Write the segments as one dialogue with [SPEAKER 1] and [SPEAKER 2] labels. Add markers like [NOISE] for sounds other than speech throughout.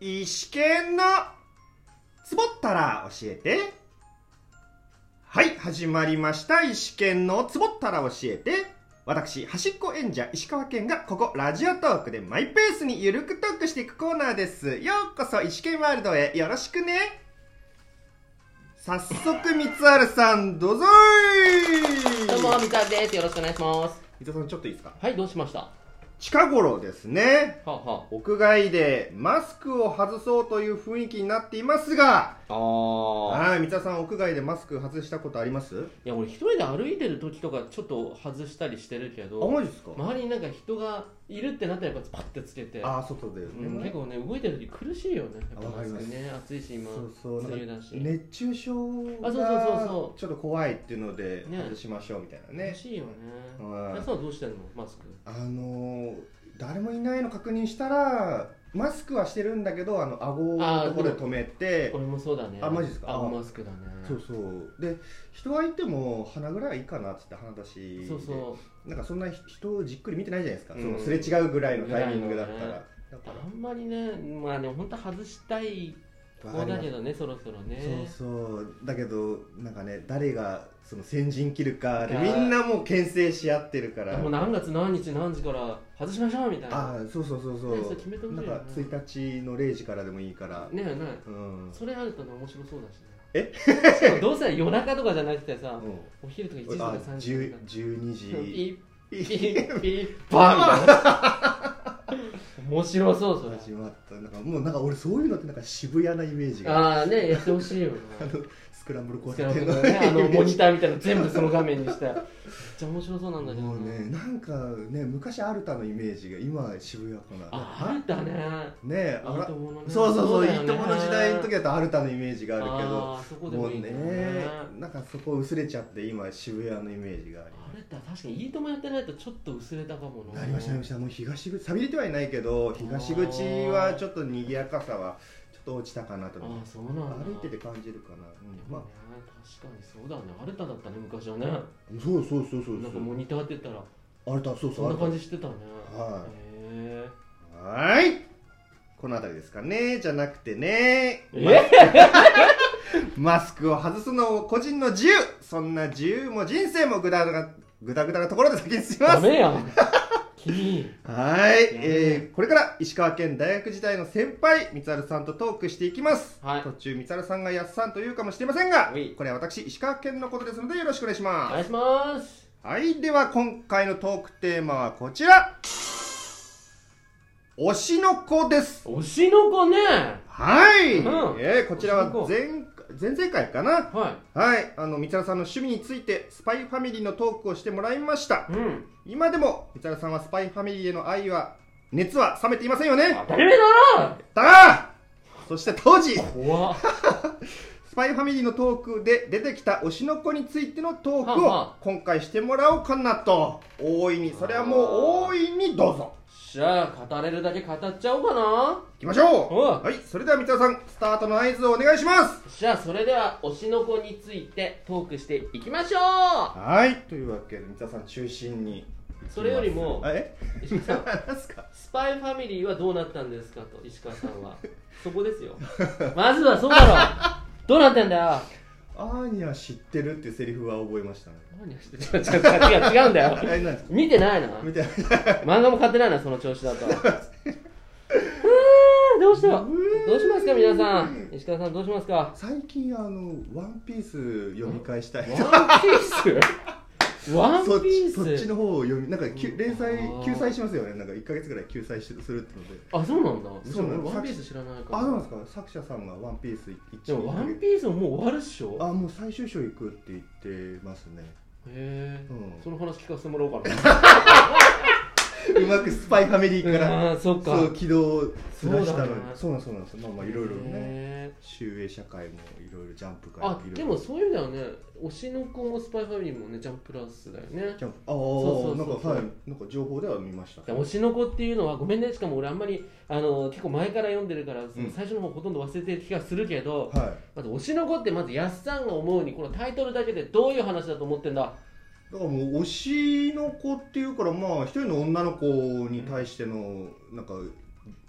[SPEAKER 1] 石剣のつぼったら教えてはい始まりました石剣のつぼったら教えて私端っこ演者石川県がここラジオトークでマイペースにゆるくトークしていくコーナーですようこそ石剣ワールドへよろしくね早速三春さんどうぞい
[SPEAKER 2] どうも、みたんです。よろしくお願いします。
[SPEAKER 1] 三田さんちょっといいですか
[SPEAKER 2] はい、どうしましたは
[SPEAKER 1] 近頃ですね
[SPEAKER 2] あ、は
[SPEAKER 1] 屋外でマスクを外そうという雰囲気になっていますが
[SPEAKER 2] あ。ああ。
[SPEAKER 1] はい三田さん屋外でマスク外したことあります
[SPEAKER 2] いや、俺一人で歩いてる時とかちょっと外したりしてるけ
[SPEAKER 1] あ
[SPEAKER 2] ど、
[SPEAKER 1] マジですか、
[SPEAKER 2] 周りになんか人がいるってなったらやっぱパッてつけて、
[SPEAKER 1] ああ外で、ね
[SPEAKER 2] うん、結構ね、動いてる時苦しいよね。やっ
[SPEAKER 1] あ
[SPEAKER 2] ぱ
[SPEAKER 1] わか
[SPEAKER 2] マ
[SPEAKER 1] り
[SPEAKER 2] ス
[SPEAKER 1] ま
[SPEAKER 2] ク
[SPEAKER 1] す
[SPEAKER 2] ね、暑いし今、
[SPEAKER 1] そうそう
[SPEAKER 2] 梅雨だし。
[SPEAKER 1] 熱中症
[SPEAKER 2] あそうそうそうそ
[SPEAKER 1] が
[SPEAKER 2] う
[SPEAKER 1] ちょっと怖いっていうので
[SPEAKER 2] ね
[SPEAKER 1] 外しましょうみたいな
[SPEAKER 2] 苦
[SPEAKER 1] ね
[SPEAKER 2] しいよね。
[SPEAKER 1] はい
[SPEAKER 2] 皆さんはどうしてんのマスク。
[SPEAKER 1] あのー誰もいないの確認したらマスクはしてるんだけどあの顎のところで止めて
[SPEAKER 2] 俺もそうだね。
[SPEAKER 1] あマジですか
[SPEAKER 2] 青
[SPEAKER 1] あ
[SPEAKER 2] マスクだね。
[SPEAKER 1] そうそうで人はいても鼻ぐらいはいいかなっつって鼻出しで
[SPEAKER 2] そうそう。
[SPEAKER 1] なんかそんな人をじっくり見てないじゃないですか、
[SPEAKER 2] うん
[SPEAKER 1] そのすれ違うぐらいのタイミングだったら、
[SPEAKER 2] ぐらいのね
[SPEAKER 1] だか
[SPEAKER 2] あんまりね、まあね、本当外したい
[SPEAKER 1] ら
[SPEAKER 2] 子
[SPEAKER 1] わかり
[SPEAKER 2] だ
[SPEAKER 1] ます
[SPEAKER 2] けどね、そろそろね。
[SPEAKER 1] そうそうだけどなんかね誰がその先陣切るかで
[SPEAKER 2] いや
[SPEAKER 1] み
[SPEAKER 2] ー
[SPEAKER 1] んなもう牽制し合ってるから
[SPEAKER 2] もう何月何日何時から外しましょうみたいな
[SPEAKER 1] ああそうそうそうそ
[SPEAKER 2] ねそれ決めて
[SPEAKER 1] う
[SPEAKER 2] ほしい
[SPEAKER 1] な
[SPEAKER 2] よ
[SPEAKER 1] ん
[SPEAKER 2] ね
[SPEAKER 1] か1日の0時からでもいいから、
[SPEAKER 2] ねえね
[SPEAKER 1] うん
[SPEAKER 2] えそれあるとね面白そうだしね
[SPEAKER 1] え
[SPEAKER 2] しかもどうせ夜中とかじゃなくてさ
[SPEAKER 1] うん
[SPEAKER 2] お昼とか1時とか
[SPEAKER 1] あ
[SPEAKER 2] 3時
[SPEAKER 1] 10
[SPEAKER 2] とか
[SPEAKER 1] 12
[SPEAKER 2] ピ
[SPEAKER 1] 時
[SPEAKER 2] ッピッピッバンみたいな面白そうそれ
[SPEAKER 1] 始まったなんかもうなんか俺そういうのってなんか渋谷なイメージが
[SPEAKER 2] ああねやってほしいよね
[SPEAKER 1] あのスクランブル交
[SPEAKER 2] スキ
[SPEAKER 1] 差
[SPEAKER 2] ャ
[SPEAKER 1] 点
[SPEAKER 2] ンと
[SPEAKER 1] の
[SPEAKER 2] かねあのモニ
[SPEAKER 1] ね
[SPEAKER 2] ターみたいなの全部その画面にしてめっちゃ面白そうなんだけど
[SPEAKER 1] もう
[SPEAKER 2] ね
[SPEAKER 1] ねなんかね昔アルタのイメージが今は渋谷かな
[SPEAKER 2] ああるんだね
[SPEAKER 1] ねえ
[SPEAKER 2] いいとものね
[SPEAKER 1] そうそうそう
[SPEAKER 2] だ
[SPEAKER 1] い
[SPEAKER 2] よ
[SPEAKER 1] い
[SPEAKER 2] ね
[SPEAKER 1] ともの時代の時だとアルタのイメージがあるけど
[SPEAKER 2] あーそこでもいいんだよ
[SPEAKER 1] もうね
[SPEAKER 2] ね
[SPEAKER 1] なんかそこ薄れちゃって今渋谷のイメージがあり
[SPEAKER 2] あれって確かに「いいとも」やってないとちょっと薄れたかもな
[SPEAKER 1] なりましたなりましたもう東口寂れてはいないけど東口はちょっと賑やかさはちょっと落ちたかなと
[SPEAKER 2] あ
[SPEAKER 1] 思
[SPEAKER 2] あ
[SPEAKER 1] って
[SPEAKER 2] そうなんだ
[SPEAKER 1] 歩いてて感じるかな、うんま
[SPEAKER 2] まあ
[SPEAKER 1] あ
[SPEAKER 2] 確かにそうだねアルタだったね昔はね
[SPEAKER 1] そうそうそうそう
[SPEAKER 2] なん
[SPEAKER 1] そ
[SPEAKER 2] かモ
[SPEAKER 1] う
[SPEAKER 2] ニターって言ったら
[SPEAKER 1] アルタそうそう
[SPEAKER 2] そんな
[SPEAKER 1] ア
[SPEAKER 2] 感
[SPEAKER 1] ル
[SPEAKER 2] じしてたね
[SPEAKER 1] は
[SPEAKER 2] へえ
[SPEAKER 1] タはーいこの辺りですかねじゃなくてね
[SPEAKER 2] え
[SPEAKER 1] マスクを外すのも個人の自由そんな自由も人生もぐだぐだぐだぐだなところで先に進みま
[SPEAKER 2] ダ
[SPEAKER 1] すは
[SPEAKER 2] メや
[SPEAKER 1] [LAUGHS]
[SPEAKER 2] ん君
[SPEAKER 1] ーい、えー、これから石川県大学時代の先輩三春さんとトークしていきます、
[SPEAKER 2] はい
[SPEAKER 1] 途中三春さんがやっさんと言うかもしれませんが
[SPEAKER 2] おい
[SPEAKER 1] これは私石川県のことですのでよろしくお願いし
[SPEAKER 2] お
[SPEAKER 1] ます
[SPEAKER 2] 願いします
[SPEAKER 1] はい、では今回のトークテーマはこちら推しの子です
[SPEAKER 2] 推しの子ね
[SPEAKER 1] はい、
[SPEAKER 2] うん
[SPEAKER 1] えーこちらは
[SPEAKER 2] 推
[SPEAKER 1] 前前々回かな
[SPEAKER 2] は
[SPEAKER 1] はい、あの三原さんの趣味についてスパイファミリーのトークをしてもらいました
[SPEAKER 2] いうん
[SPEAKER 1] 今でも三原さんはスパイファミリーへの愛は熱は冷めていませんよね
[SPEAKER 2] 当たり前だろ
[SPEAKER 1] だがそして当時
[SPEAKER 2] 怖っ
[SPEAKER 1] スパイファミリーのトークで出てきた推しの子についてのトーク
[SPEAKER 2] はあ
[SPEAKER 1] を
[SPEAKER 2] は
[SPEAKER 1] 今回してもらおうかなと大いにそれはもう大いにどうぞ
[SPEAKER 2] じゃあ語れるだけ語っちゃおうかない
[SPEAKER 1] きましょう
[SPEAKER 2] おう
[SPEAKER 1] はいそれでは三田さんスタートの合図をお願いします
[SPEAKER 2] じゃあそれでは推しの子についてトークしていきましょ
[SPEAKER 1] はいというわけで三田さん中心に
[SPEAKER 2] うそれよりも
[SPEAKER 1] あえ [LAUGHS]
[SPEAKER 2] 石井さん
[SPEAKER 1] 何すか
[SPEAKER 2] スパイファミリーはどうなったんですかと石川さんは [LAUGHS] そこですよまずはそうだろどうなってんだよ
[SPEAKER 1] アーニャ知ってるっていうセリフは覚えましたね
[SPEAKER 2] 何をして違う違う違うんだ
[SPEAKER 1] あ
[SPEAKER 2] よ
[SPEAKER 1] れなんですか
[SPEAKER 2] 見てないな
[SPEAKER 1] みたいな
[SPEAKER 2] 漫画も買ってないなその調子だとうーんどうしてよどうしますか皆さん石川さんどうしますかワ
[SPEAKER 1] 最近あの「ワンピース読み返したい、
[SPEAKER 2] ンピースワンピ
[SPEAKER 1] そっ
[SPEAKER 2] ー
[SPEAKER 1] ち
[SPEAKER 2] ス
[SPEAKER 1] そっちの方を読みなんかきゅ連載
[SPEAKER 2] あー
[SPEAKER 1] 救済しますよねなんか1か月ぐらい救済しするってので
[SPEAKER 2] あそうなんだ
[SPEAKER 1] そうなの
[SPEAKER 2] 俺ワンピース知らないから
[SPEAKER 1] あそうなんですか作者さんが「ワンピース
[SPEAKER 2] で
[SPEAKER 1] 一
[SPEAKER 2] もワン
[SPEAKER 1] 1
[SPEAKER 2] ピースももう終わるっしょ
[SPEAKER 1] あもう最終章行くって言ってますね
[SPEAKER 2] へ
[SPEAKER 1] う
[SPEAKER 2] え、
[SPEAKER 1] ん
[SPEAKER 2] その話聞かせてもらおう
[SPEAKER 1] [LAUGHS]
[SPEAKER 2] かな
[SPEAKER 1] うまくスパイファミリーから
[SPEAKER 2] [LAUGHS] あーそっか
[SPEAKER 1] そう軌道をずらしたのにそ
[SPEAKER 2] そう
[SPEAKER 1] なんそうなんですまあまあいろいろね
[SPEAKER 2] へ
[SPEAKER 1] 集英社会もいろいろジャンプ
[SPEAKER 2] ー
[SPEAKER 1] 会
[SPEAKER 2] あ
[SPEAKER 1] もいろいろ
[SPEAKER 2] でもそういう意味ではね推しの子もスパイファミリーもねジャンプラスだよね
[SPEAKER 1] ジャンプあ
[SPEAKER 2] そ
[SPEAKER 1] あ
[SPEAKER 2] う
[SPEAKER 1] な
[SPEAKER 2] そ
[SPEAKER 1] ん
[SPEAKER 2] う
[SPEAKER 1] か
[SPEAKER 2] そうそう
[SPEAKER 1] はいなんか情報では見ました
[SPEAKER 2] 推しの子っていうのはごめんねしかも俺あんまりあの結構前から読んでるから、その
[SPEAKER 1] うん
[SPEAKER 2] 最初の方ほとんど忘れてる気がするけど
[SPEAKER 1] はい
[SPEAKER 2] まず推しの子ってまずやっさんが思うにこのタイトルだけでどういう話だと思ってんだ
[SPEAKER 1] だからもう推しの子っていうからまあ一人の女の子に対してのなんか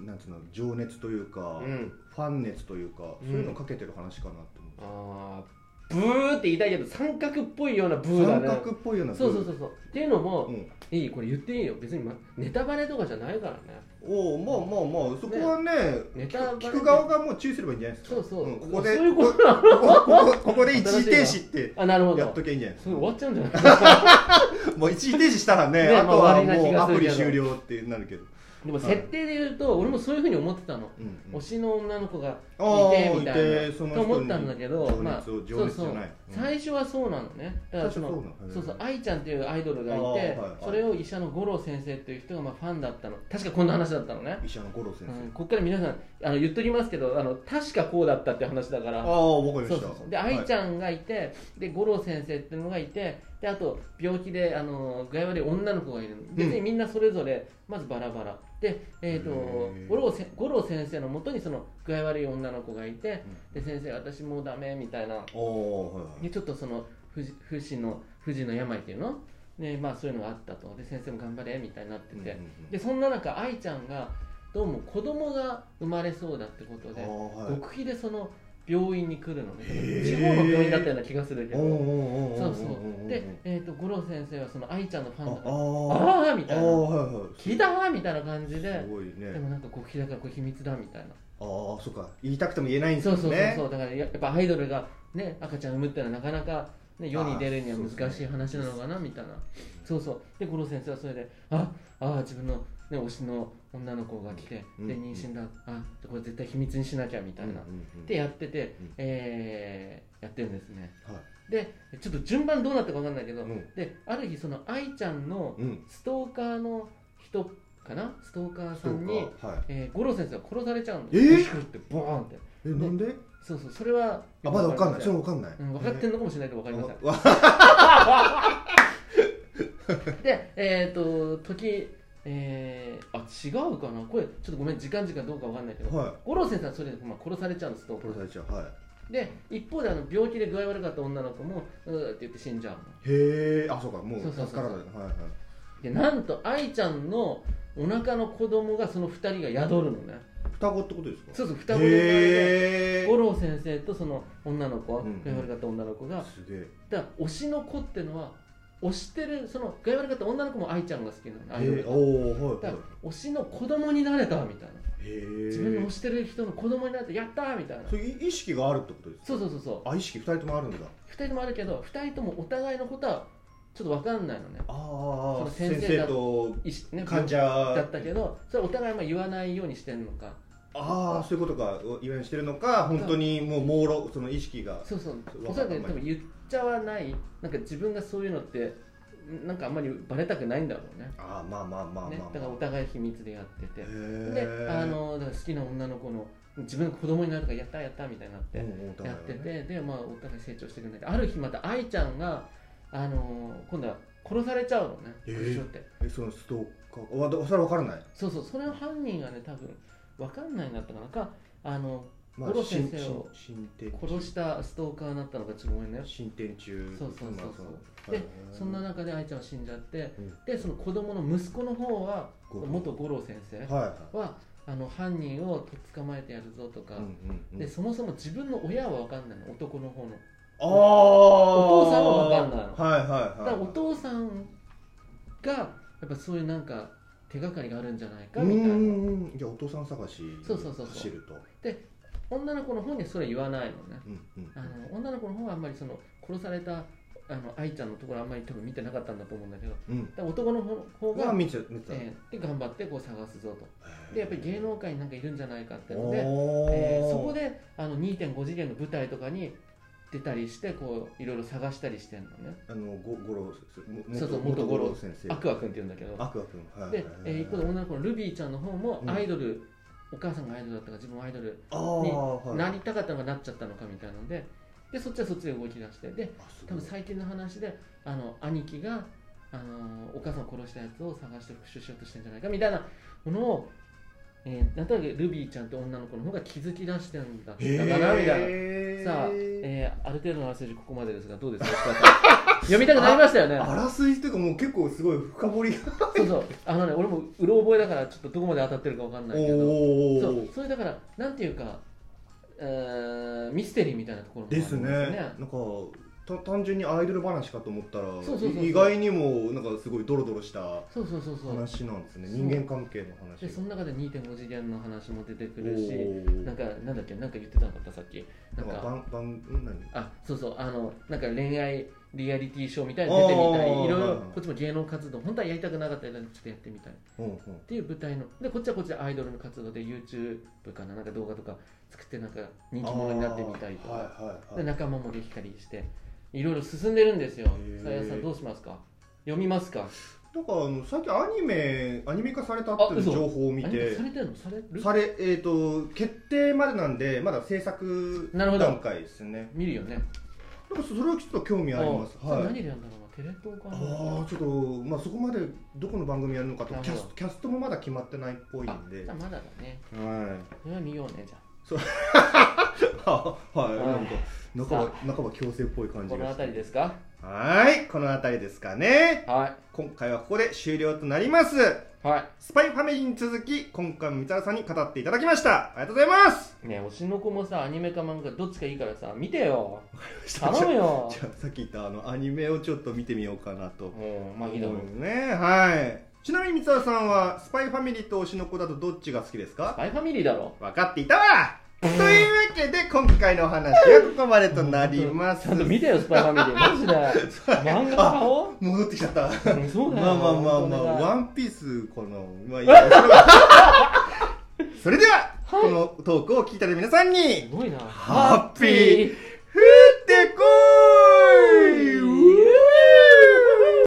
[SPEAKER 1] なんつうの情熱というか、
[SPEAKER 2] うん
[SPEAKER 1] ファン熱というか、
[SPEAKER 2] うん
[SPEAKER 1] そういうのかけてる話かなと思って、
[SPEAKER 2] あーブーって言いたいけど三角っぽいようなブーだ
[SPEAKER 1] 三
[SPEAKER 2] ね
[SPEAKER 1] 角っぽいような
[SPEAKER 2] そうそうそうそうっていうのも、
[SPEAKER 1] うん、
[SPEAKER 2] いいこれ言っていいよ別に、ま、ネタバレとかじゃないからね
[SPEAKER 1] おおまあまあまあそこはね
[SPEAKER 2] ネタバレ
[SPEAKER 1] 聞く側がもう注意すればいいんじゃないですか
[SPEAKER 2] そうそう、
[SPEAKER 1] ん、ここで
[SPEAKER 2] そういうことなの
[SPEAKER 1] ここここここで一時停止って
[SPEAKER 2] あなるほど
[SPEAKER 1] やっとけばいいんじゃないです
[SPEAKER 2] そ
[SPEAKER 1] か
[SPEAKER 2] れ終わっちゃうんじゃ
[SPEAKER 1] [LAUGHS]
[SPEAKER 2] ない
[SPEAKER 1] もう一時停止したらね
[SPEAKER 2] ね
[SPEAKER 1] あとは
[SPEAKER 2] まあ終わりな
[SPEAKER 1] も
[SPEAKER 2] 気
[SPEAKER 1] う
[SPEAKER 2] が
[SPEAKER 1] ア
[SPEAKER 2] する
[SPEAKER 1] プ
[SPEAKER 2] け
[SPEAKER 1] リ
[SPEAKER 2] ど
[SPEAKER 1] 終了ってなるけど、
[SPEAKER 2] でも設定で言うと、俺もそういうふうに思ってたの、
[SPEAKER 1] うんうん
[SPEAKER 2] 推しの女の子が
[SPEAKER 1] あー
[SPEAKER 2] いてみたい
[SPEAKER 1] いてその
[SPEAKER 2] な
[SPEAKER 1] 人
[SPEAKER 2] と
[SPEAKER 1] に
[SPEAKER 2] 思ったんだけ
[SPEAKER 1] 情
[SPEAKER 2] ど
[SPEAKER 1] 熱を
[SPEAKER 2] まあ
[SPEAKER 1] 情熱
[SPEAKER 2] そう
[SPEAKER 1] じゃ
[SPEAKER 2] そう
[SPEAKER 1] ないうん
[SPEAKER 2] 最初はそうなのねだからその
[SPEAKER 1] 最初はそうなのへー
[SPEAKER 2] そうそう愛ちゃんっていうアイドルがいて、
[SPEAKER 1] あーはいはい
[SPEAKER 2] それを医者の五郎先生っていう人がまあファンだったの確かこんな話だったのね、
[SPEAKER 1] 医者の五郎先生、
[SPEAKER 2] うんこっから皆さんあの言っときますけどあの確かこうだったって話だから
[SPEAKER 1] ああわかり
[SPEAKER 2] そ
[SPEAKER 1] ま
[SPEAKER 2] う
[SPEAKER 1] し
[SPEAKER 2] そう
[SPEAKER 1] た
[SPEAKER 2] そうで愛ちゃんがいて、で五郎先生っていうのがいてであと病気であの具合悪い女の子がいるの別にみんなそれぞれ、まずバラバラで、えー、
[SPEAKER 1] へ
[SPEAKER 2] と
[SPEAKER 1] ー
[SPEAKER 2] 五郎せ五郎先生のもとにその具合悪い女の子がいてで先生私もうダメみたいな
[SPEAKER 1] ああーはいはい
[SPEAKER 2] でちょっとその不治不死の不治の病っていうので、まあ、そういうのがあったとで先生も頑張れみたいになってて、
[SPEAKER 1] うんうんうん
[SPEAKER 2] でそんな中愛ちゃんがどうも子供が生まれそうだってこと
[SPEAKER 1] あ
[SPEAKER 2] で
[SPEAKER 1] ーはい
[SPEAKER 2] 極秘でその病院に来るのね
[SPEAKER 1] へー
[SPEAKER 2] 地方の病院だったような気がするけ
[SPEAKER 1] おうおう
[SPEAKER 2] ど
[SPEAKER 1] おうおうおう
[SPEAKER 2] そうそうで、えー、と五郎先生はその愛ちゃんのフ
[SPEAKER 1] あ
[SPEAKER 2] ァンだから
[SPEAKER 1] あ
[SPEAKER 2] ああーみ
[SPEAKER 1] あ
[SPEAKER 2] たい
[SPEAKER 1] あ
[SPEAKER 2] な
[SPEAKER 1] はいはい
[SPEAKER 2] 聞いたわみたいな感じです
[SPEAKER 1] ごい
[SPEAKER 2] で
[SPEAKER 1] ね
[SPEAKER 2] もなんか極秘だからこれ秘密だみたい
[SPEAKER 1] あ
[SPEAKER 2] な
[SPEAKER 1] あそっか言いたくても言えないんです
[SPEAKER 2] そ
[SPEAKER 1] よ
[SPEAKER 2] う
[SPEAKER 1] ね
[SPEAKER 2] そうそうそうだからややっぱアイドルがね赤ちゃん産むってのはなかなか、ね、世に出るには難しい話なのかなみたいなそうそうで五郎先生はそれでああ自分の、ね、推しの女の子が来て
[SPEAKER 1] うん
[SPEAKER 2] で
[SPEAKER 1] うん
[SPEAKER 2] 妊娠だあこれ絶対秘密にしなきゃみたいな
[SPEAKER 1] うんうんうん
[SPEAKER 2] でやってて、
[SPEAKER 1] うん
[SPEAKER 2] えーやってるんですね
[SPEAKER 1] はい
[SPEAKER 2] でちょっと順番どうなったか分かんないけど、
[SPEAKER 1] うん
[SPEAKER 2] である日その愛ちゃんの
[SPEAKER 1] うん
[SPEAKER 2] ストーカーの人かなストーカーさ
[SPEAKER 1] そ
[SPEAKER 2] んに
[SPEAKER 1] う、かはい
[SPEAKER 2] えー、五郎先生が殺されちゃうの
[SPEAKER 1] えー
[SPEAKER 2] ビシュってボーンって
[SPEAKER 1] えなんで
[SPEAKER 2] そうそうそれは
[SPEAKER 1] あまだわかんないそれ
[SPEAKER 2] う、
[SPEAKER 1] わかんない
[SPEAKER 2] ん、分かってんのかもしれないけど分かりません
[SPEAKER 1] わわ
[SPEAKER 2] でえっ、と時えー、あ違うかなこれちょっとごめん時間時間どうか分かんないけど、
[SPEAKER 1] は
[SPEAKER 2] 五郎先生はそれで、まあ、殺されちゃうんですと
[SPEAKER 1] いこれ大事だは
[SPEAKER 2] で一方であの病気で具合悪かった女の子もうーって言って死んじゃうの
[SPEAKER 1] いへえあそうかもう
[SPEAKER 2] そうそうそうそう
[SPEAKER 1] 助からないはいはい
[SPEAKER 2] でなんと愛ちゃんのお腹の子供がその2人が宿るのね
[SPEAKER 1] 双子ってことですか
[SPEAKER 2] そうそう双子の生まれで
[SPEAKER 1] へ
[SPEAKER 2] 五
[SPEAKER 1] え
[SPEAKER 2] 郎先生とその女の子
[SPEAKER 1] うんうん
[SPEAKER 2] 具合悪かった女の子が
[SPEAKER 1] すげえ
[SPEAKER 2] だから推しの子ってのは推してるその具合悪かった女の子も愛ちゃんが好きなのねアイド
[SPEAKER 1] へ
[SPEAKER 2] ル
[SPEAKER 1] え
[SPEAKER 2] が
[SPEAKER 1] おおは
[SPEAKER 2] だ
[SPEAKER 1] い
[SPEAKER 2] か
[SPEAKER 1] は
[SPEAKER 2] ら推しの子供になれたみたいない
[SPEAKER 1] へえ
[SPEAKER 2] 自分の推してる人の子供になれたやったーみたいな
[SPEAKER 1] そういう意識があるってことですか
[SPEAKER 2] そうそうそうそう
[SPEAKER 1] あ意識二人ともあるんだ
[SPEAKER 2] 2人ともあるけど2人ともお互いのことはちょっと分かんないのね
[SPEAKER 1] あ
[SPEAKER 2] そ
[SPEAKER 1] あ
[SPEAKER 2] の
[SPEAKER 1] 先
[SPEAKER 2] 先生
[SPEAKER 1] 生と
[SPEAKER 2] いしね
[SPEAKER 1] 患者
[SPEAKER 2] だったけどそれお互いまあ言わないようにしてんのか
[SPEAKER 1] ああそういうことかを言わんしてるのか本当にもう朦朧その意識が
[SPEAKER 2] そうそう
[SPEAKER 1] そう
[SPEAKER 2] おそらく
[SPEAKER 1] わ
[SPEAKER 2] ね
[SPEAKER 1] かん
[SPEAKER 2] 多
[SPEAKER 1] ない
[SPEAKER 2] 分言っちゃわないなんか自分がそういうのってなんかあんまりバレたくないんだろうね
[SPEAKER 1] ああまあまあまあまあ
[SPEAKER 2] ね
[SPEAKER 1] ま
[SPEAKER 2] だからお
[SPEAKER 1] あ
[SPEAKER 2] 互い秘密でやっててで
[SPEAKER 1] へえ
[SPEAKER 2] あのだから好きな女の子の自分の子供になるとからやったやったみたいになって
[SPEAKER 1] うんお互いは
[SPEAKER 2] やって
[SPEAKER 1] ね
[SPEAKER 2] てでまあお互い成長していくんだけどある日また愛ちゃんがあのー今度は殺されちゃうのね
[SPEAKER 1] えー
[SPEAKER 2] グッショって
[SPEAKER 1] えそのストーカーわどそれは分からない
[SPEAKER 2] そうそうそれの犯人がね多分分かんないんだったかなかあの
[SPEAKER 1] ま
[SPEAKER 2] 五
[SPEAKER 1] あ
[SPEAKER 2] 郎
[SPEAKER 1] 進
[SPEAKER 2] 先生を
[SPEAKER 1] 進展
[SPEAKER 2] 殺したストーカーになったのかちょっとごめんね
[SPEAKER 1] 進展中
[SPEAKER 2] そうそうそうそう
[SPEAKER 1] まあ
[SPEAKER 2] で
[SPEAKER 1] へえ
[SPEAKER 2] そんな中で愛ちゃんは死んじゃって
[SPEAKER 1] うん
[SPEAKER 2] でその子供の息子の方は
[SPEAKER 1] 五郎
[SPEAKER 2] 元五郎先生
[SPEAKER 1] はいは
[SPEAKER 2] はあの犯人を捕まえてやるぞとか
[SPEAKER 1] い、うんうんうん
[SPEAKER 2] でそもそも自分の親は分かんないの男の方の
[SPEAKER 1] ああ
[SPEAKER 2] お父さんは分かんないの
[SPEAKER 1] はいはい
[SPEAKER 2] だ
[SPEAKER 1] は
[SPEAKER 2] か
[SPEAKER 1] い
[SPEAKER 2] らお父さんがやっぱそういうなんか手がかりがあるんじゃないかみた
[SPEAKER 1] う
[SPEAKER 2] い
[SPEAKER 1] ん
[SPEAKER 2] な
[SPEAKER 1] うんうんじゃあお父さん探しに
[SPEAKER 2] そうそうそうそう
[SPEAKER 1] 走ると
[SPEAKER 2] 女の子の方にはそれ言わないのね
[SPEAKER 1] うんうん
[SPEAKER 2] あの女の子の方はあんまりその殺されたあの愛ちゃんのところあんまり多分見てなかったんだと思うんだけどだ
[SPEAKER 1] うん
[SPEAKER 2] から男の方方
[SPEAKER 1] まあ
[SPEAKER 2] が、
[SPEAKER 1] 見て見てた
[SPEAKER 2] えーで頑張ってこう探すぞと
[SPEAKER 1] へえ
[SPEAKER 2] でやっぱり芸能界になんかいるんじゃないかってので、
[SPEAKER 1] おー
[SPEAKER 2] えーそこであの2.5次元の舞台とかに出たりしてこういろいろ探したりしてんのね
[SPEAKER 1] あのご五郎
[SPEAKER 2] そ
[SPEAKER 1] そう
[SPEAKER 2] そう元五郎
[SPEAKER 1] 先生
[SPEAKER 2] アクア君って言うんだけど
[SPEAKER 1] アクア君はい
[SPEAKER 2] で、えー一方で女の子のルビーちゃんの方も
[SPEAKER 1] うん
[SPEAKER 2] アイドル、お母さんがアイドルだったから自分もアイドル
[SPEAKER 1] ああ
[SPEAKER 2] に
[SPEAKER 1] はい
[SPEAKER 2] なりたかったのがなっちゃったのかみたいなのででそっちはそっちで動き出してで
[SPEAKER 1] あす
[SPEAKER 2] 多
[SPEAKER 1] ごい
[SPEAKER 2] 分最近の話であの兄貴が、あのーお母さんを殺したやつを探して復讐しようとしてんじゃないかみたいなものを、ええー、なんとなくルビーちゃんって女の子の方が気づき出してるんだだ
[SPEAKER 1] へ
[SPEAKER 2] かなみたいな
[SPEAKER 1] え
[SPEAKER 2] さあ、えーある程度のあらすじここまでですがど
[SPEAKER 1] [LAUGHS]
[SPEAKER 2] うですか石川さん読みたくなりましたよね
[SPEAKER 1] あらすじというかもう結構すごい深掘りが
[SPEAKER 2] そうそうあのね俺もうろ覚えだからちょっとどこまで当たってるかわかんないけど
[SPEAKER 1] お
[SPEAKER 2] そ
[SPEAKER 1] お
[SPEAKER 2] うそれだからなんていうか、えーミステリーみたいなところもあり
[SPEAKER 1] で
[SPEAKER 2] ます
[SPEAKER 1] すねなんかた単純にアイドル話かと思ったら
[SPEAKER 2] そうそうそうそう
[SPEAKER 1] 意外にもなんかすごいドロドロした
[SPEAKER 2] そうそうそうそう
[SPEAKER 1] 話なんですね
[SPEAKER 2] そう
[SPEAKER 1] 人間関係の話
[SPEAKER 2] でその中で2.5次元の話も出てく
[SPEAKER 1] お
[SPEAKER 2] るし
[SPEAKER 1] ー
[SPEAKER 2] なんかなんだっけなんか言ってたのかったさっき
[SPEAKER 1] な
[SPEAKER 2] なんん
[SPEAKER 1] か
[SPEAKER 2] か
[SPEAKER 1] 番番ん何
[SPEAKER 2] あそうそうあのなんか恋愛リアリティショーみたいに出てみた
[SPEAKER 1] お
[SPEAKER 2] い
[SPEAKER 1] ー
[SPEAKER 2] いろい
[SPEAKER 1] は
[SPEAKER 2] ろ
[SPEAKER 1] いはい
[SPEAKER 2] こっちも芸能活動本当はやりたくなかったけどちょっとやってみたいっ
[SPEAKER 1] うんうん
[SPEAKER 2] ていう舞台のでこっちはこっちでアイドルの活動で YouTube かななんか動画とか作ってなんか人気者になってみたいと
[SPEAKER 1] あー
[SPEAKER 2] か
[SPEAKER 1] はいは
[SPEAKER 2] で
[SPEAKER 1] いはい
[SPEAKER 2] 仲間も激化りしていろいろ進んでるんですよ
[SPEAKER 1] へー
[SPEAKER 2] さやさんどうしますか読みますか
[SPEAKER 1] なんかあの最近アニメアニメ化されたって
[SPEAKER 2] あ
[SPEAKER 1] いう
[SPEAKER 2] 嘘
[SPEAKER 1] 情報を見
[SPEAKER 2] あれ
[SPEAKER 1] て
[SPEAKER 2] されてるのされる
[SPEAKER 1] されえっ、と決定までなんでまだ制作
[SPEAKER 2] なるほど
[SPEAKER 1] 段階ですね
[SPEAKER 2] 見るよね
[SPEAKER 1] なんかそれはちょっと興味あります
[SPEAKER 2] あ
[SPEAKER 1] はい
[SPEAKER 2] それ何でやるんだろうなテレ東かな
[SPEAKER 1] ああちょっと、まあ、そこまでどこの番組やるのかと
[SPEAKER 2] なる
[SPEAKER 1] キ
[SPEAKER 2] ほ
[SPEAKER 1] ャ
[SPEAKER 2] ど
[SPEAKER 1] スキャストもまだ決まってないっぽいんで
[SPEAKER 2] じゃあまだだね
[SPEAKER 1] は
[SPEAKER 2] それは見ようねじゃ
[SPEAKER 1] い
[SPEAKER 2] あ
[SPEAKER 1] はい
[SPEAKER 2] [LAUGHS] はい
[SPEAKER 1] なんか半ば半ば強制っぽい感じ
[SPEAKER 2] この
[SPEAKER 1] が
[SPEAKER 2] 辺りですか
[SPEAKER 1] はいこの辺りですかね
[SPEAKER 2] は
[SPEAKER 1] 今回はここで終了となります
[SPEAKER 2] いは
[SPEAKER 1] スパイファミリーに続き今回も三沢さんに語っていただきましたありがとうございます
[SPEAKER 2] いねえ推しの子もさアニメか漫画どっちかいいからさ見てよ
[SPEAKER 1] じゃあ
[SPEAKER 2] 頼むよ
[SPEAKER 1] じゃあさっき言ったあのアニメをちょっと見てみようかなと
[SPEAKER 2] もうまあいいだろう
[SPEAKER 1] 思うねはいちなみに三沢さんはスパイファミリーと推しの子だとどっちが好きですか
[SPEAKER 2] スパイファミリーだろ
[SPEAKER 1] 分かっていたわというわけで今回のお話はここまでとなります
[SPEAKER 2] ちゃんと見てよスパイファミリーマジで漫
[SPEAKER 1] [LAUGHS]
[SPEAKER 2] 画買おう
[SPEAKER 1] 戻ってきちゃった
[SPEAKER 2] うんそうだよ
[SPEAKER 1] まあまあまあ
[SPEAKER 2] 本
[SPEAKER 1] まあ
[SPEAKER 2] 当だ
[SPEAKER 1] ワンピースこのまあいいやそれはそれでは、
[SPEAKER 2] はい
[SPEAKER 1] このトークを聞いた皆さん
[SPEAKER 2] す
[SPEAKER 1] に
[SPEAKER 2] ごいな
[SPEAKER 1] ハッピー
[SPEAKER 2] ー
[SPEAKER 1] ふー